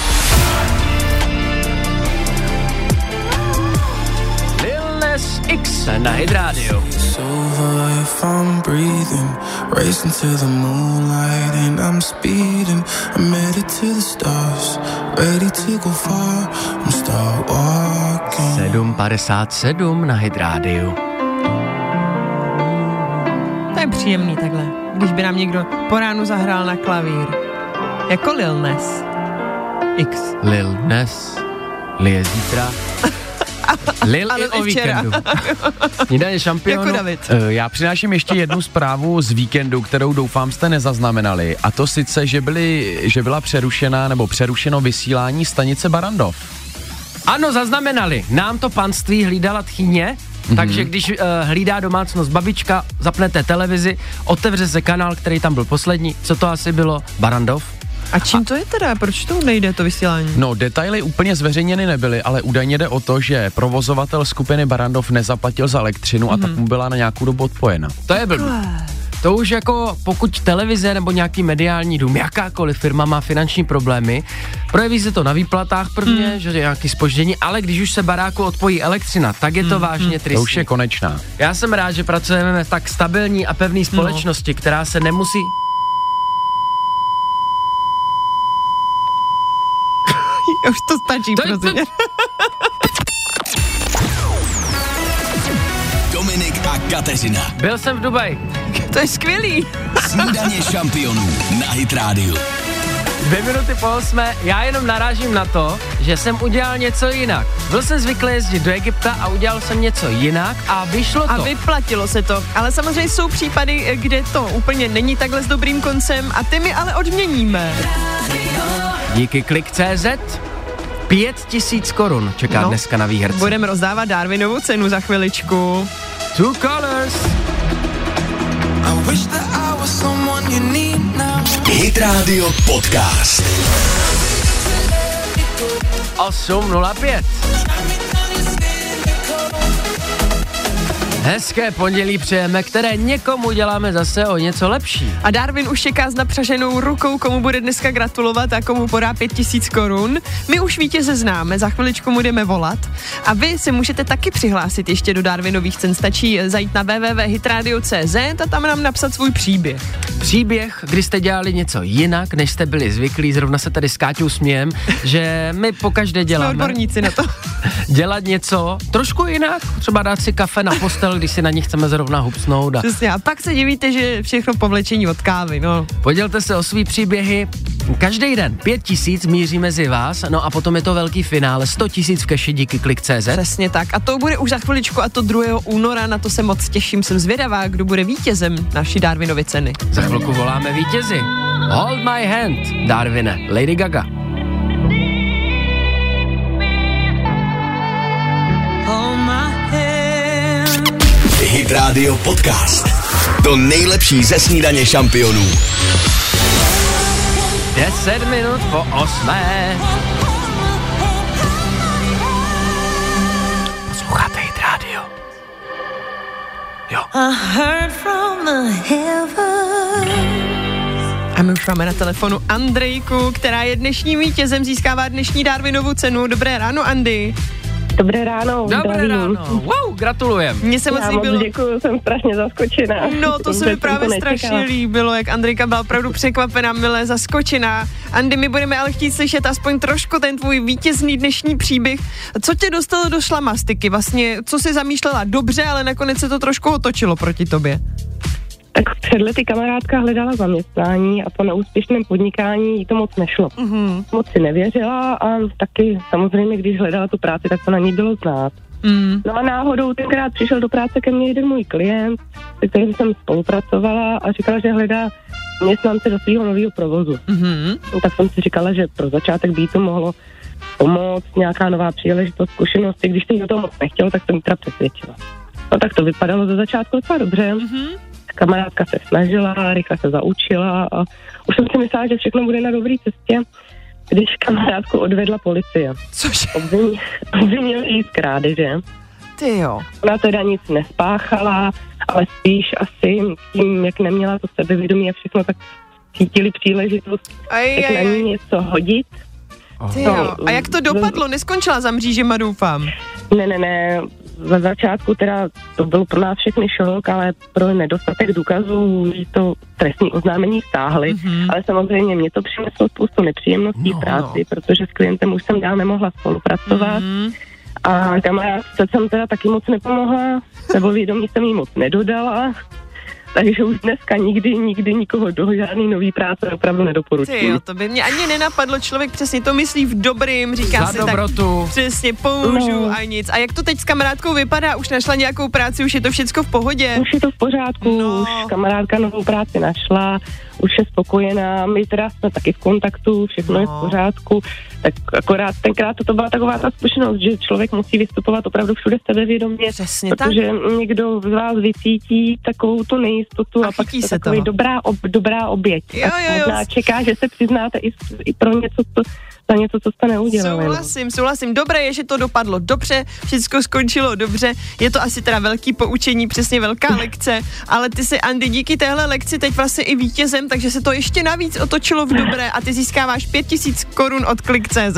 Lil Nas X na Hydrádiu. It's over if I'm breathing, racing to the moonlight and I'm speeding. I'm headed to the stars, ready to go far. I'm start walking. 7.57 na Hydrádiu. To je příjemný takhle, když by nám někdo po ránu zahrál na klavír. Jako Lil Nas. X. Lil dnes, Lil je zítra. Lil A i Lil o i včera. víkendu. Snídaně šampionu. Jako David. Eh, Já přináším ještě jednu zprávu z víkendu, kterou doufám jste nezaznamenali. A to sice, že, byly, že byla přerušena nebo přerušeno vysílání stanice Barandov. Ano, zaznamenali. Nám to panství hlídala tchyně, Mhm. mm-hmm. takže když uh, hlídá domácnost babička, zapnete televizi, otevře se kanál, který tam byl poslední. Co to asi bylo? Barandov? A čím to je teda? Proč to nejde to vysílání? No, detaily úplně zveřejněny nebyly, ale údajně jde o to, že provozovatel skupiny Barandov nezaplatil za elektřinu a tak mu byla na nějakou dobu odpojena. To je blbý. To už jako pokud televize nebo nějaký mediální dům, jakákoliv firma má finanční problémy, projeví se to na výplatách prvně, mm. že je nějaký spoždění, ale když už se baráku odpojí elektřina, tak je to mm. vážně tristní. To už je konečná. Já jsem rád, že pracujeme v tak stabilní a pevné společnosti, no. která se nemusí... Už to stačí, To je- prostě. Dominik a Kateřina. Byl jsem v Dubaji. To je skvělý. Snídaně šampionů na Hit Radio. Dvě minuty po osmé, já jenom narážím na to, že jsem udělal něco jinak. Byl jsem zvyklý jezdit do Egypta a udělal jsem něco jinak a vyšlo to. A vyplatilo se to. Ale samozřejmě jsou případy, kde to úplně není takhle s dobrým koncem a ty mi ale odměníme. Díky klik.cz pět tisíc korun čeká no. No. dneska na výherce. Budeme rozdávat Darwinovu cenu za chviličku. Two colors. I wish that I was someone you need now. Hit Radio Podcast. 8.05. Hezké pondělí přejeme, které někomu děláme zase o něco lepší. A Darwin už čeká s napřaženou rukou, komu bude dneska gratulovat a komu podá 5000 korun. My už vítěze známe, za chviličku mu jdeme volat. A vy se můžete taky přihlásit ještě do Darwinových cen. Stačí eh, zajít na www.hitradio.cz a tam nám napsat svůj příběh. Příběh, kdy jste dělali něco jinak, než jste byli zvyklí, zrovna se tady s Káťou smějem, že my pokaždé Jsme děláme odborníci na to. dělat něco trošku jinak, třeba dát si kafe na postel, když si na ní chceme zrovna hupsnout a Přesně. A pak se divíte, že všechno povlečení od kávy. No. Podělte se o svý příběhy. Každý den pět tisíc míří mezi vás, no a potom je to velký finále, 100 tisíc v keši díky klik.cz. Přesně tak. A to bude už za chviličku a to 2. února, na to se moc těším. Jsem zvědavá, kdo bude vítězem naší Darwinovy ceny. Za chvilku voláme vítězi. Hold my hand, Darwine, Lady Gaga. Hit Radio Podcast. To nejlepší ze snídaně šampionů. 10 minut po 8. Posloucháte Hit Radio. A my už máme na telefonu Andrejku, která je dnešním vítězem, získává dnešní Darwinovu cenu. Dobré ráno, Andy. Dobré ráno. Dobré zdravím. ráno. Wow, gratulujem. Mně se moc Já líbilo. moc děkuju, jsem strašně zaskočená. No, to se mi Vůbec právě jsem to strašně nečekala. líbilo, jak Andrejka byla opravdu překvapená, milé, zaskočená. Andy, my budeme ale chtít slyšet aspoň trošku ten tvůj vítězný dnešní příběh. Co tě dostalo do šlamastiky? Vlastně, co jsi zamýšlela dobře, ale nakonec se to trošku otočilo proti tobě. Tak před lety kamarádka hledala zaměstnání a po neúspěšném podnikání jí to moc nešlo. Mhm. Moc si nevěřila a taky samozřejmě, když hledala tu práci, tak to na ní bylo znát. Mm. No a náhodou tenkrát přišel do práce ke mně jeden můj klient, se kterým jsem spolupracovala a říkala, že hledá zaměstnance do svého nového provozu. Mhm. No, tak jsem si říkala, že pro začátek by jí to mohlo pomoct, nějaká nová příležitost, zkušenosti. Když se jí do toho moc nechtělo, tak jsem ji teda přesvědčila. No tak to vypadalo ze začátku docela dobře. Mhm. Kamarádka se snažila, rychle se zaučila a už jsem si myslela, že všechno bude na dobré cestě, když kamarádku odvedla policie. Cože? Obviní- Obvinil jí z krádeže. Ty jo. Ona teda nic nespáchala, ale spíš asi tím, jak neměla to sebevědomí a všechno, tak cítili příležitost, Aj, jak na aj, aj. ní něco hodit. Ty jo. A jak to No, dopadlo? Neskončila za mřížema, doufám. Ne, ne, ne. Za začátku teda to byl pro nás všechny šok, ale pro nedostatek důkazů jí to trestní oznámení stáhli. Mhm. Ale samozřejmě mě to přineslo spoustu nepříjemností No, no, práci, no. protože s klientem už jsem dál nemohla spolupracovat. Mm. Mhm. A kamarádce jsem teda taky moc nepomohla, nebo vědomí jsem jí moc nedodala. Takže už dneska nikdy, nikdy nikoho do žádný nový práce opravdu Ty nedoporučuji. jo, to by mě ani nenapadlo. Člověk přesně to myslí v dobrým, říká Za si tak dobrotu. Přesně, pomůžu No. a nic. A jak to teď s kamarádkou vypadá? Už našla nějakou práci, už je to všecko v pohodě? Už je to v pořádku, No. no. už kamarádka novou práci našla, už je spokojená, my teda jsme taky v kontaktu, všechno No. no. je v pořádku, tak akorát tenkrát to byla taková ta zkušenost, že člověk musí vystupovat opravdu všude sebevědomě, Přesně tak. protože někdo z vás vycítí takovou tu nejistotu A a, pak chytí jste se takový toho. dobrá, ob, dobrá oběť. Jo, A jo, jo. možná čeká, že se přiznáte i, s- i pro něco, co, za něco, co jste neudělali. no. Souhlasím, souhlasím. Dobré je, že to dopadlo dobře, všechno skončilo dobře. Je to asi teda velký poučení, přesně velká lekce, ale ty se Andy díky téhle lekci teď vlastně i vítězem, takže se to ještě navíc otočilo v dobré a ty získáváš 5000 korun od Klik.cz.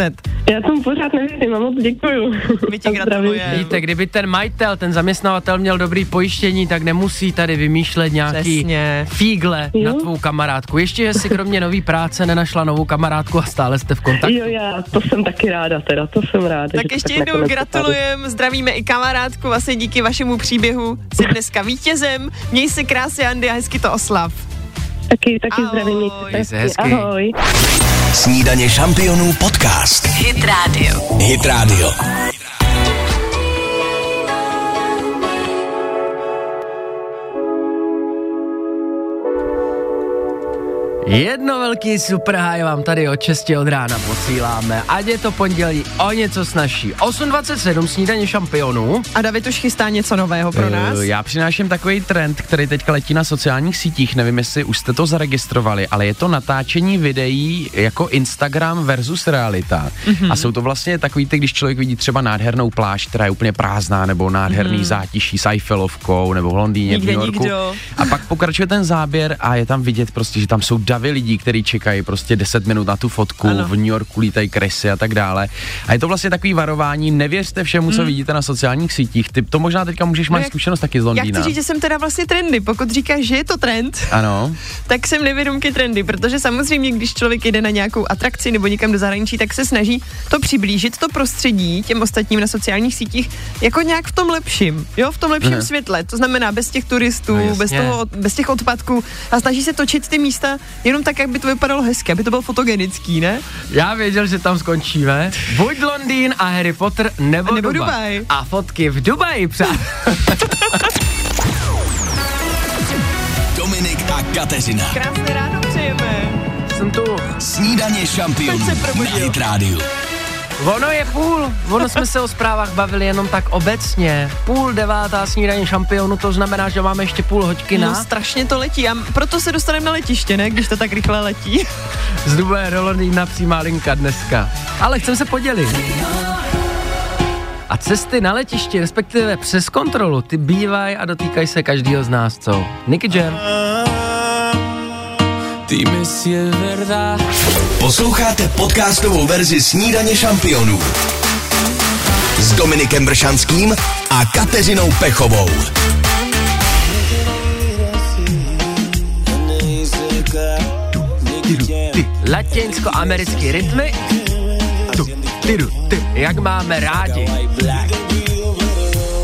Já tomu pořád nevěřím a moc děkuju. My ti A zdravím. gratulujeme. Víte, kdyby ten majitel, ten zaměstnavatel měl dobrý pojištění, tak nemusí tady vymýšlet nějaký Přesně. fígle Jo. na tvou kamarádku. Ještě, že si kromě nový práce nenašla novou kamarádku a stále jste v kontaktu. Jo, já to jsem taky ráda, teda, to jsem ráda. že Tak to ještě jednou nakonec dopadlo. gratulujeme, zdravíme i kamarádku, vlastně díky vašemu příběhu jsi dneska vítězem. Měj se krásně, Andy, a hezky to oslav. Taky, taky Ahoj. zdravím, mějte se Měj se hezky. Ahoj. Snídaně šampionů podcast. Hit Radio. Hit Radio. Jedno velký superháj vám tady od 6 od rána posíláme. Ať je to pondělí o něco snažší. 8.27 snídaně šampionů. A David už chystá něco nového pro nás. Eh, Já přináším takový trend, který teďka letí na sociálních sítích. Nevím, jestli už jste to zaregistrovali, ale je to natáčení videí jako Instagram versus realita. Mhm. Mm-hmm. A jsou to vlastně takový ty, když člověk vidí třeba nádhernou pláž, která je úplně prázdná, nebo nádherný Mhm. mm-hmm. zátiší s Eiffelovkou, nebo v Londýně, Nikde v New Yorku. nikdo. A pak pokračuje ten záběr a je tam vidět prostě, že tam jsou davy lidí, kteří čekají prostě 10 minut na tu fotku, Ano. ano. v New Yorku lítají kresy a tak dále. A je to vlastně takový varování, nevěřte všemu, co vidíte na sociálních sítích. Ty to možná teďka můžeš No mít jak- zkušenost taky z Já Londýna. chci říct, že jsem teda vlastně trendy. Pokud říkáš, že je to trend, Ano, tak jsem nevědomky trendy, protože samozřejmě, když člověk jde na nějakou atrakci nebo někam do zahraničí, tak se snaží to přiblížit, to prostředí těm ostatním na sociálních sítích, jako nějak v tom lepším, jo, v tom lepším Mhm. světle. To znamená bez těch turistů, No, jasně. bez, toho, od- bez těch odpadků a snaží se točit ty místa jenom tak, aby to vypadalo hezky, aby to bylo fotogenický, ne? Já věděl, že tam skončíme. Buď Londýn a Harry Potter, nebo, Nebo Dubaj. Dubaj. A fotky v Dubaji, přátelé. Dominik a Kateřina. Krásné ráno přejeme. Jsem tu. Snídaně šampionů Teď se na probudil. Hit Radio. Ono je půl, ono jsme se o zprávách bavili jenom tak obecně. Půl devátá snídaně šampionu, to znamená, že máme ještě půl hoďky No na. strašně to letí a proto se dostaneme na letiště, ne, když to tak rychle letí. Z Dubaje do Londýna přímá linka dneska. Ale chcem se podělit. A cesty na letiště, respektive přes kontrolu, ty bývají a dotýkají se každého z nás, co? Nicky Jam. Dime si es verdad. Posloucháte podcastovou verzi Snídaně šampionů s Dominikem Bršanským a Kateřinou Pechovou. Latinsko-americký rytmy. Tu, tyru, ty. Jak máme rádi.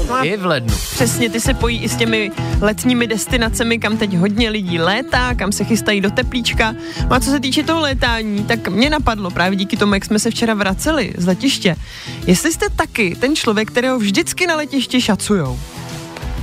No a I v lednu. Přesně, ty se pojí i s těmi letními destinacemi, kam teď hodně lidí létá, kam se chystají do teplíčka. No a co se týče toho létání, tak mě napadlo právě díky tomu, jak jsme se včera vraceli z letiště, jestli jste taky ten člověk, kterého vždycky na letišti šacujou.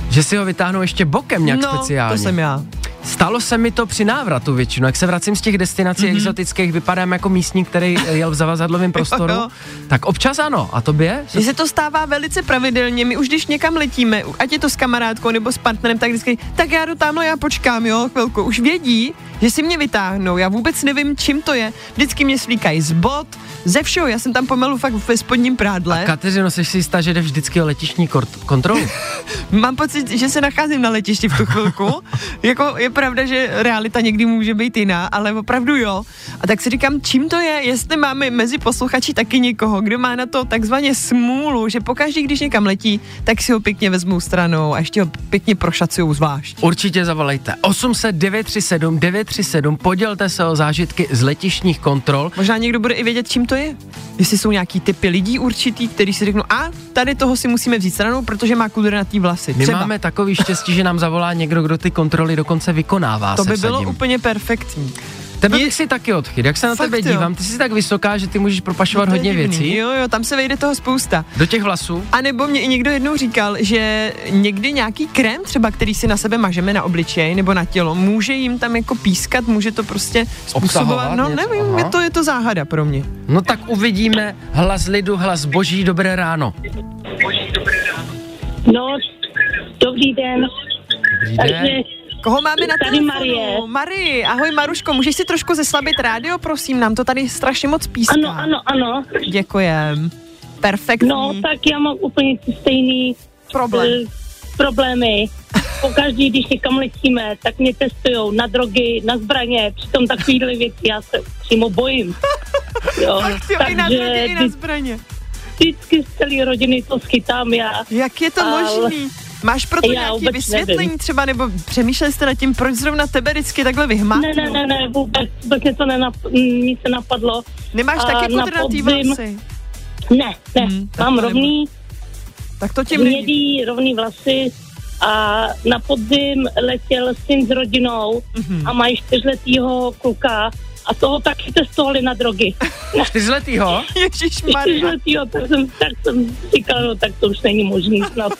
Že si ho vytáhnou ještě bokem nějak no, speciálně. to jsem já. Stalo se mi to při návratu většinou, jak se vracím z těch destinací mm-hmm. exotických, vypadám jako místní, který jel v zavazadlovém prostoru, Mhm. Jo, jo. tak občas ano, a tobě? Mně se to stává velice pravidelně. My už když někam letíme, ať je to s kamarádkou nebo s partnerem, tak vždycky, tak já jdu tamhle, já počkám, jo, chvilku. Už vědí, že si mě vytáhnou. Já vůbec nevím, čím to je. Vždycky mě svlíkají z bot, ze všeho. Já jsem tam pomalu fakt ve spodním prádle. Kateřino, jsi si jistá, že jde vždycky o letišní kort- kontrolu? Mám pocit, že se nacházím na letišti v tu chvilku. jako je pravda, že realita někdy může být jiná, ale opravdu jo. A tak si říkám, čím to je, jestli máme mezi posluchači taky někoho, kdo má na to takzvaně smůlu, že pokaždý, když někam letí, tak si ho pěkně vezmou stranou a ještě ho pěkně prošacují zvlášť. Určitě zavolejte. 800 937 937, podělte se o zážitky z letišních kontrol. Možná někdo bude i vědět, čím to je. Jestli jsou nějaký typy lidí určitý, který si řeknou, a tady toho si musíme vzít stranou, protože má kudrnatý vlasy. My Třeba. máme takový štěstí, že nám zavolá někdo, kdo ty kontroly dokonce vykonává. to se by bylo vsadím. úplně perfektní. Tebe bych si taky odchyt. Jak se na Fakt tebe jo. dívám, ty jsi tak vysoká, že ty můžeš propašovat No, To je hodně divný. věcí. Jo, jo, tam se vejde toho spousta. Do těch vlasů. A nebo mě i někdo jednou říkal, že někdy nějaký krém třeba, který si na sebe mažeme na obličej nebo na tělo, může jim tam jako pískat, může to prostě způsobovat. Obsahovat No něco, nevím, aha. je to, je to záhada pro mě. No tak uvidíme. Hlas lidu, hlas boží, dobré ráno. No, dobrý den. Eh, Dobrý Takže den. Koho máme na Tady telefonu? Marie. Marie, ahoj Maruško, můžeš si trošku zeslabit rádio, prosím, nám to tady strašně moc píská. ano, ano, ano. Děkujem. Perfektní No, tak já mám úplně stejný Mhm. problém. eh, problémy. Pokaždý, když někam letíme, tak mě testují na drogy, na zbraně, přitom takovýhle věci já se přímo bojím. Jo, Fakt jo, i na drogy, i na zbraně. vždycky z celé rodiny to schytám já. Jak je to Ale- možný? Máš proto Já nějaké vůbec vysvětlení nevím. třeba, nebo přemýšleli jste nad tím, proč zrovna tebe vždycky takhle vyhmátnou? Ne, ne, ne, ne, vůbec, vůbec mě to nenap, nic nenapadlo. Nemáš A taky na kudrnatý podzim- vlasy? Ne, ne, Hmm, hmm, tak mám to nebude. rovný, Tak to tím není. hnědý, rovný vlasy a na podzim letěl syn s rodinou Mhm. a mají čtyřletýho kluka a toho taky testovali na drogy. Čtyřletýho? Ježišmarja. Čtyřletýho, tak jsem, tak jsem říkal, no tak to už není možný snad.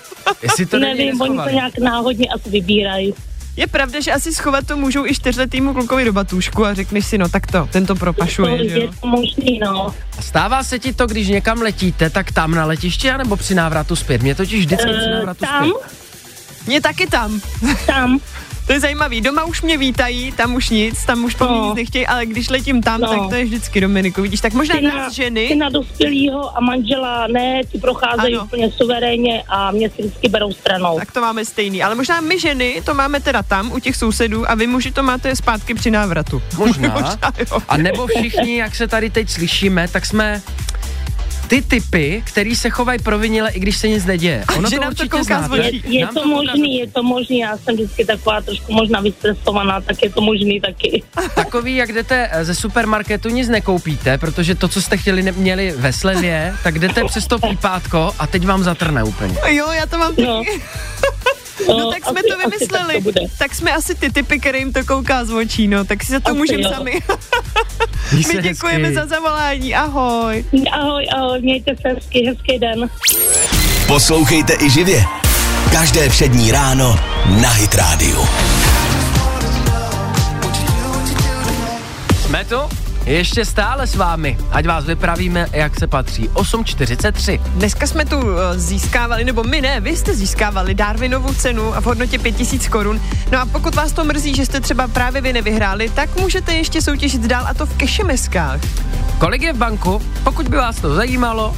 Jestli to není Nevím, oni to neschovaný. nějak náhodně asi vybírají. Je pravda, že asi schovat to můžou i čtyřletýmu klukovi do batůžku a řekneš si, no tak to, ten to To propašuje, že je jo? to možný, no. A Stává se ti to, když někam letíte, tak tam na letiště, anebo při návratu zpět? Mě totiž vždycky při Eh, návratu tam, zpět. Mě taky tam. tam, To je zajímavý. Doma už mě vítají, tam už nic, tam už po mně No. nic nechtějí, ale když letím tam, No. tak to je vždycky Dominiku, vidíš? Tak možná syna, nás ženy, syna dospělýho a manžela ne, ti procházejí Ano. úplně suverénně a mě si vždycky berou stranou. tak to máme stejný. Ale možná my ženy to máme teda tam u těch sousedů a vy muži to máte zpátky při návratu. Možná. jo. A nebo všichni, jak se tady teď slyšíme, tak jsme ty typy, který se chovají provinile, i když se nic neděje. Ono že to nám to určitě kouká z znáte. očí. Je Nám to kouká z možný, očí. je to možný, já jsem vždycky taková trošku možná vystresovaná, tak je to možný taky. Takový, jak jdete eh, ze supermarketu, nic nekoupíte, protože to, co jste chtěli, ne- měli ve slevě, tak jdete přes to pípátko a teď vám zatrne úplně. Jo, já to mám No. No tak jsme asi- to asi vymysleli. Tak to bude. tak jsme asi ty typy, kterým to kouká z očí, no, tak si za to Asi můžeme jo. sami. Měj se My hezky. děkujeme za zavolání, ahoj. Ahoj, ahoj, mějte se hezky, hezký den. Poslouchejte i živě. Každé přední ráno na Hit Radio. Jsme tu? ještě stále s vámi. Ať vás vypravíme, jak se patří. 8.43. Dneska jsme tu eh, získávali, nebo my ne, vy jste získávali Darwinovou cenu a v hodnotě 5000 korun. No a pokud vás to mrzí, že jste třeba právě vy nevyhráli, tak můžete ještě soutěžit dál a to v kešemeskách. Kolik je v banku? Pokud by vás to zajímalo,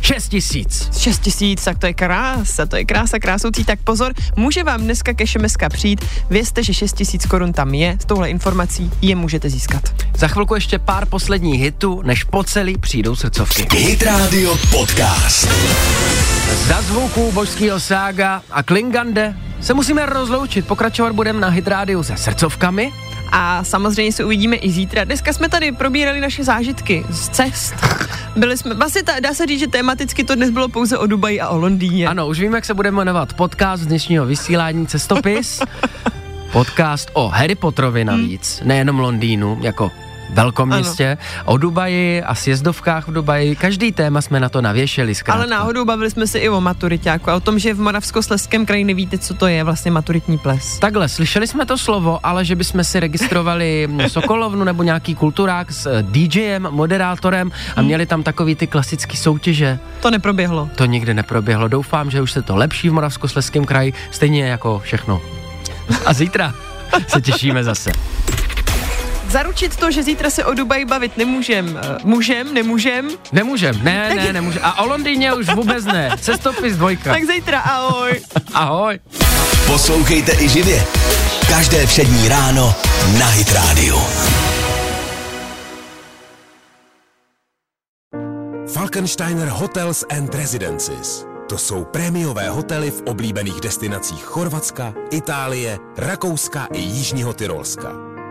6 tisíc. 6 tisíc, tak to je krása, to je krása krásoucí, tak pozor, může vám dneska kešemeska přijít, vězte, že 6 tisíc korun tam je, s touhle informací je můžete získat. Za chvilku ještě pár posledních hitů, než po celý přijdou srdcovky. Hit Radio Podcast. Za zvuků božského sága a Klingande se musíme rozloučit. Pokračovat budeme na Hydrádiu se srdcovkami. A samozřejmě se uvidíme i zítra. Dneska jsme tady probírali naše zážitky z cest. Byli jsme, vlastně ta, dá se říct, že tematicky to dnes bylo pouze o Dubaji a o Londýně. Ano, už víme, jak se bude jmenovat podcast dnešního vysílání Cestopis. podcast o Harry Potterovi navíc, nejenom Londýnu, jako velkoměstě, o Dubaji a sjezdovkách v Dubaji. Každý téma jsme na to navěšili zkrátka. Ale náhodou bavili jsme se i o maturitáku a o tom, že v Moravskoslezském kraji nevíte, co to je vlastně maturitní ples. Takhle, slyšeli jsme to slovo, ale že bychom si registrovali Sokolovnu nebo nějaký kulturák s eh, DJem, moderátorem a měli tam takový ty klasické soutěže. To neproběhlo. To nikdy neproběhlo. Doufám, že už se to lepší v Moravskoslezském kraji, stejně jako všechno. A zítra se těšíme zase. Zaručit to, že zítra se o Dubaji bavit nemůžem. eh, Můžem, nemůžem. Nemůžem, ne, ne, nemůžem. A o Londýně už vůbec ne. Cestopis dvojka. Tak zítra, ahoj. Ahoj. Poslouchejte i živě. Každé přední ráno na Hit Radio. Falkensteiner Hotels and Residences. To jsou prémiové hotely v oblíbených destinacích Chorvatska, Itálie, Rakouska i Jižního Tyrolska.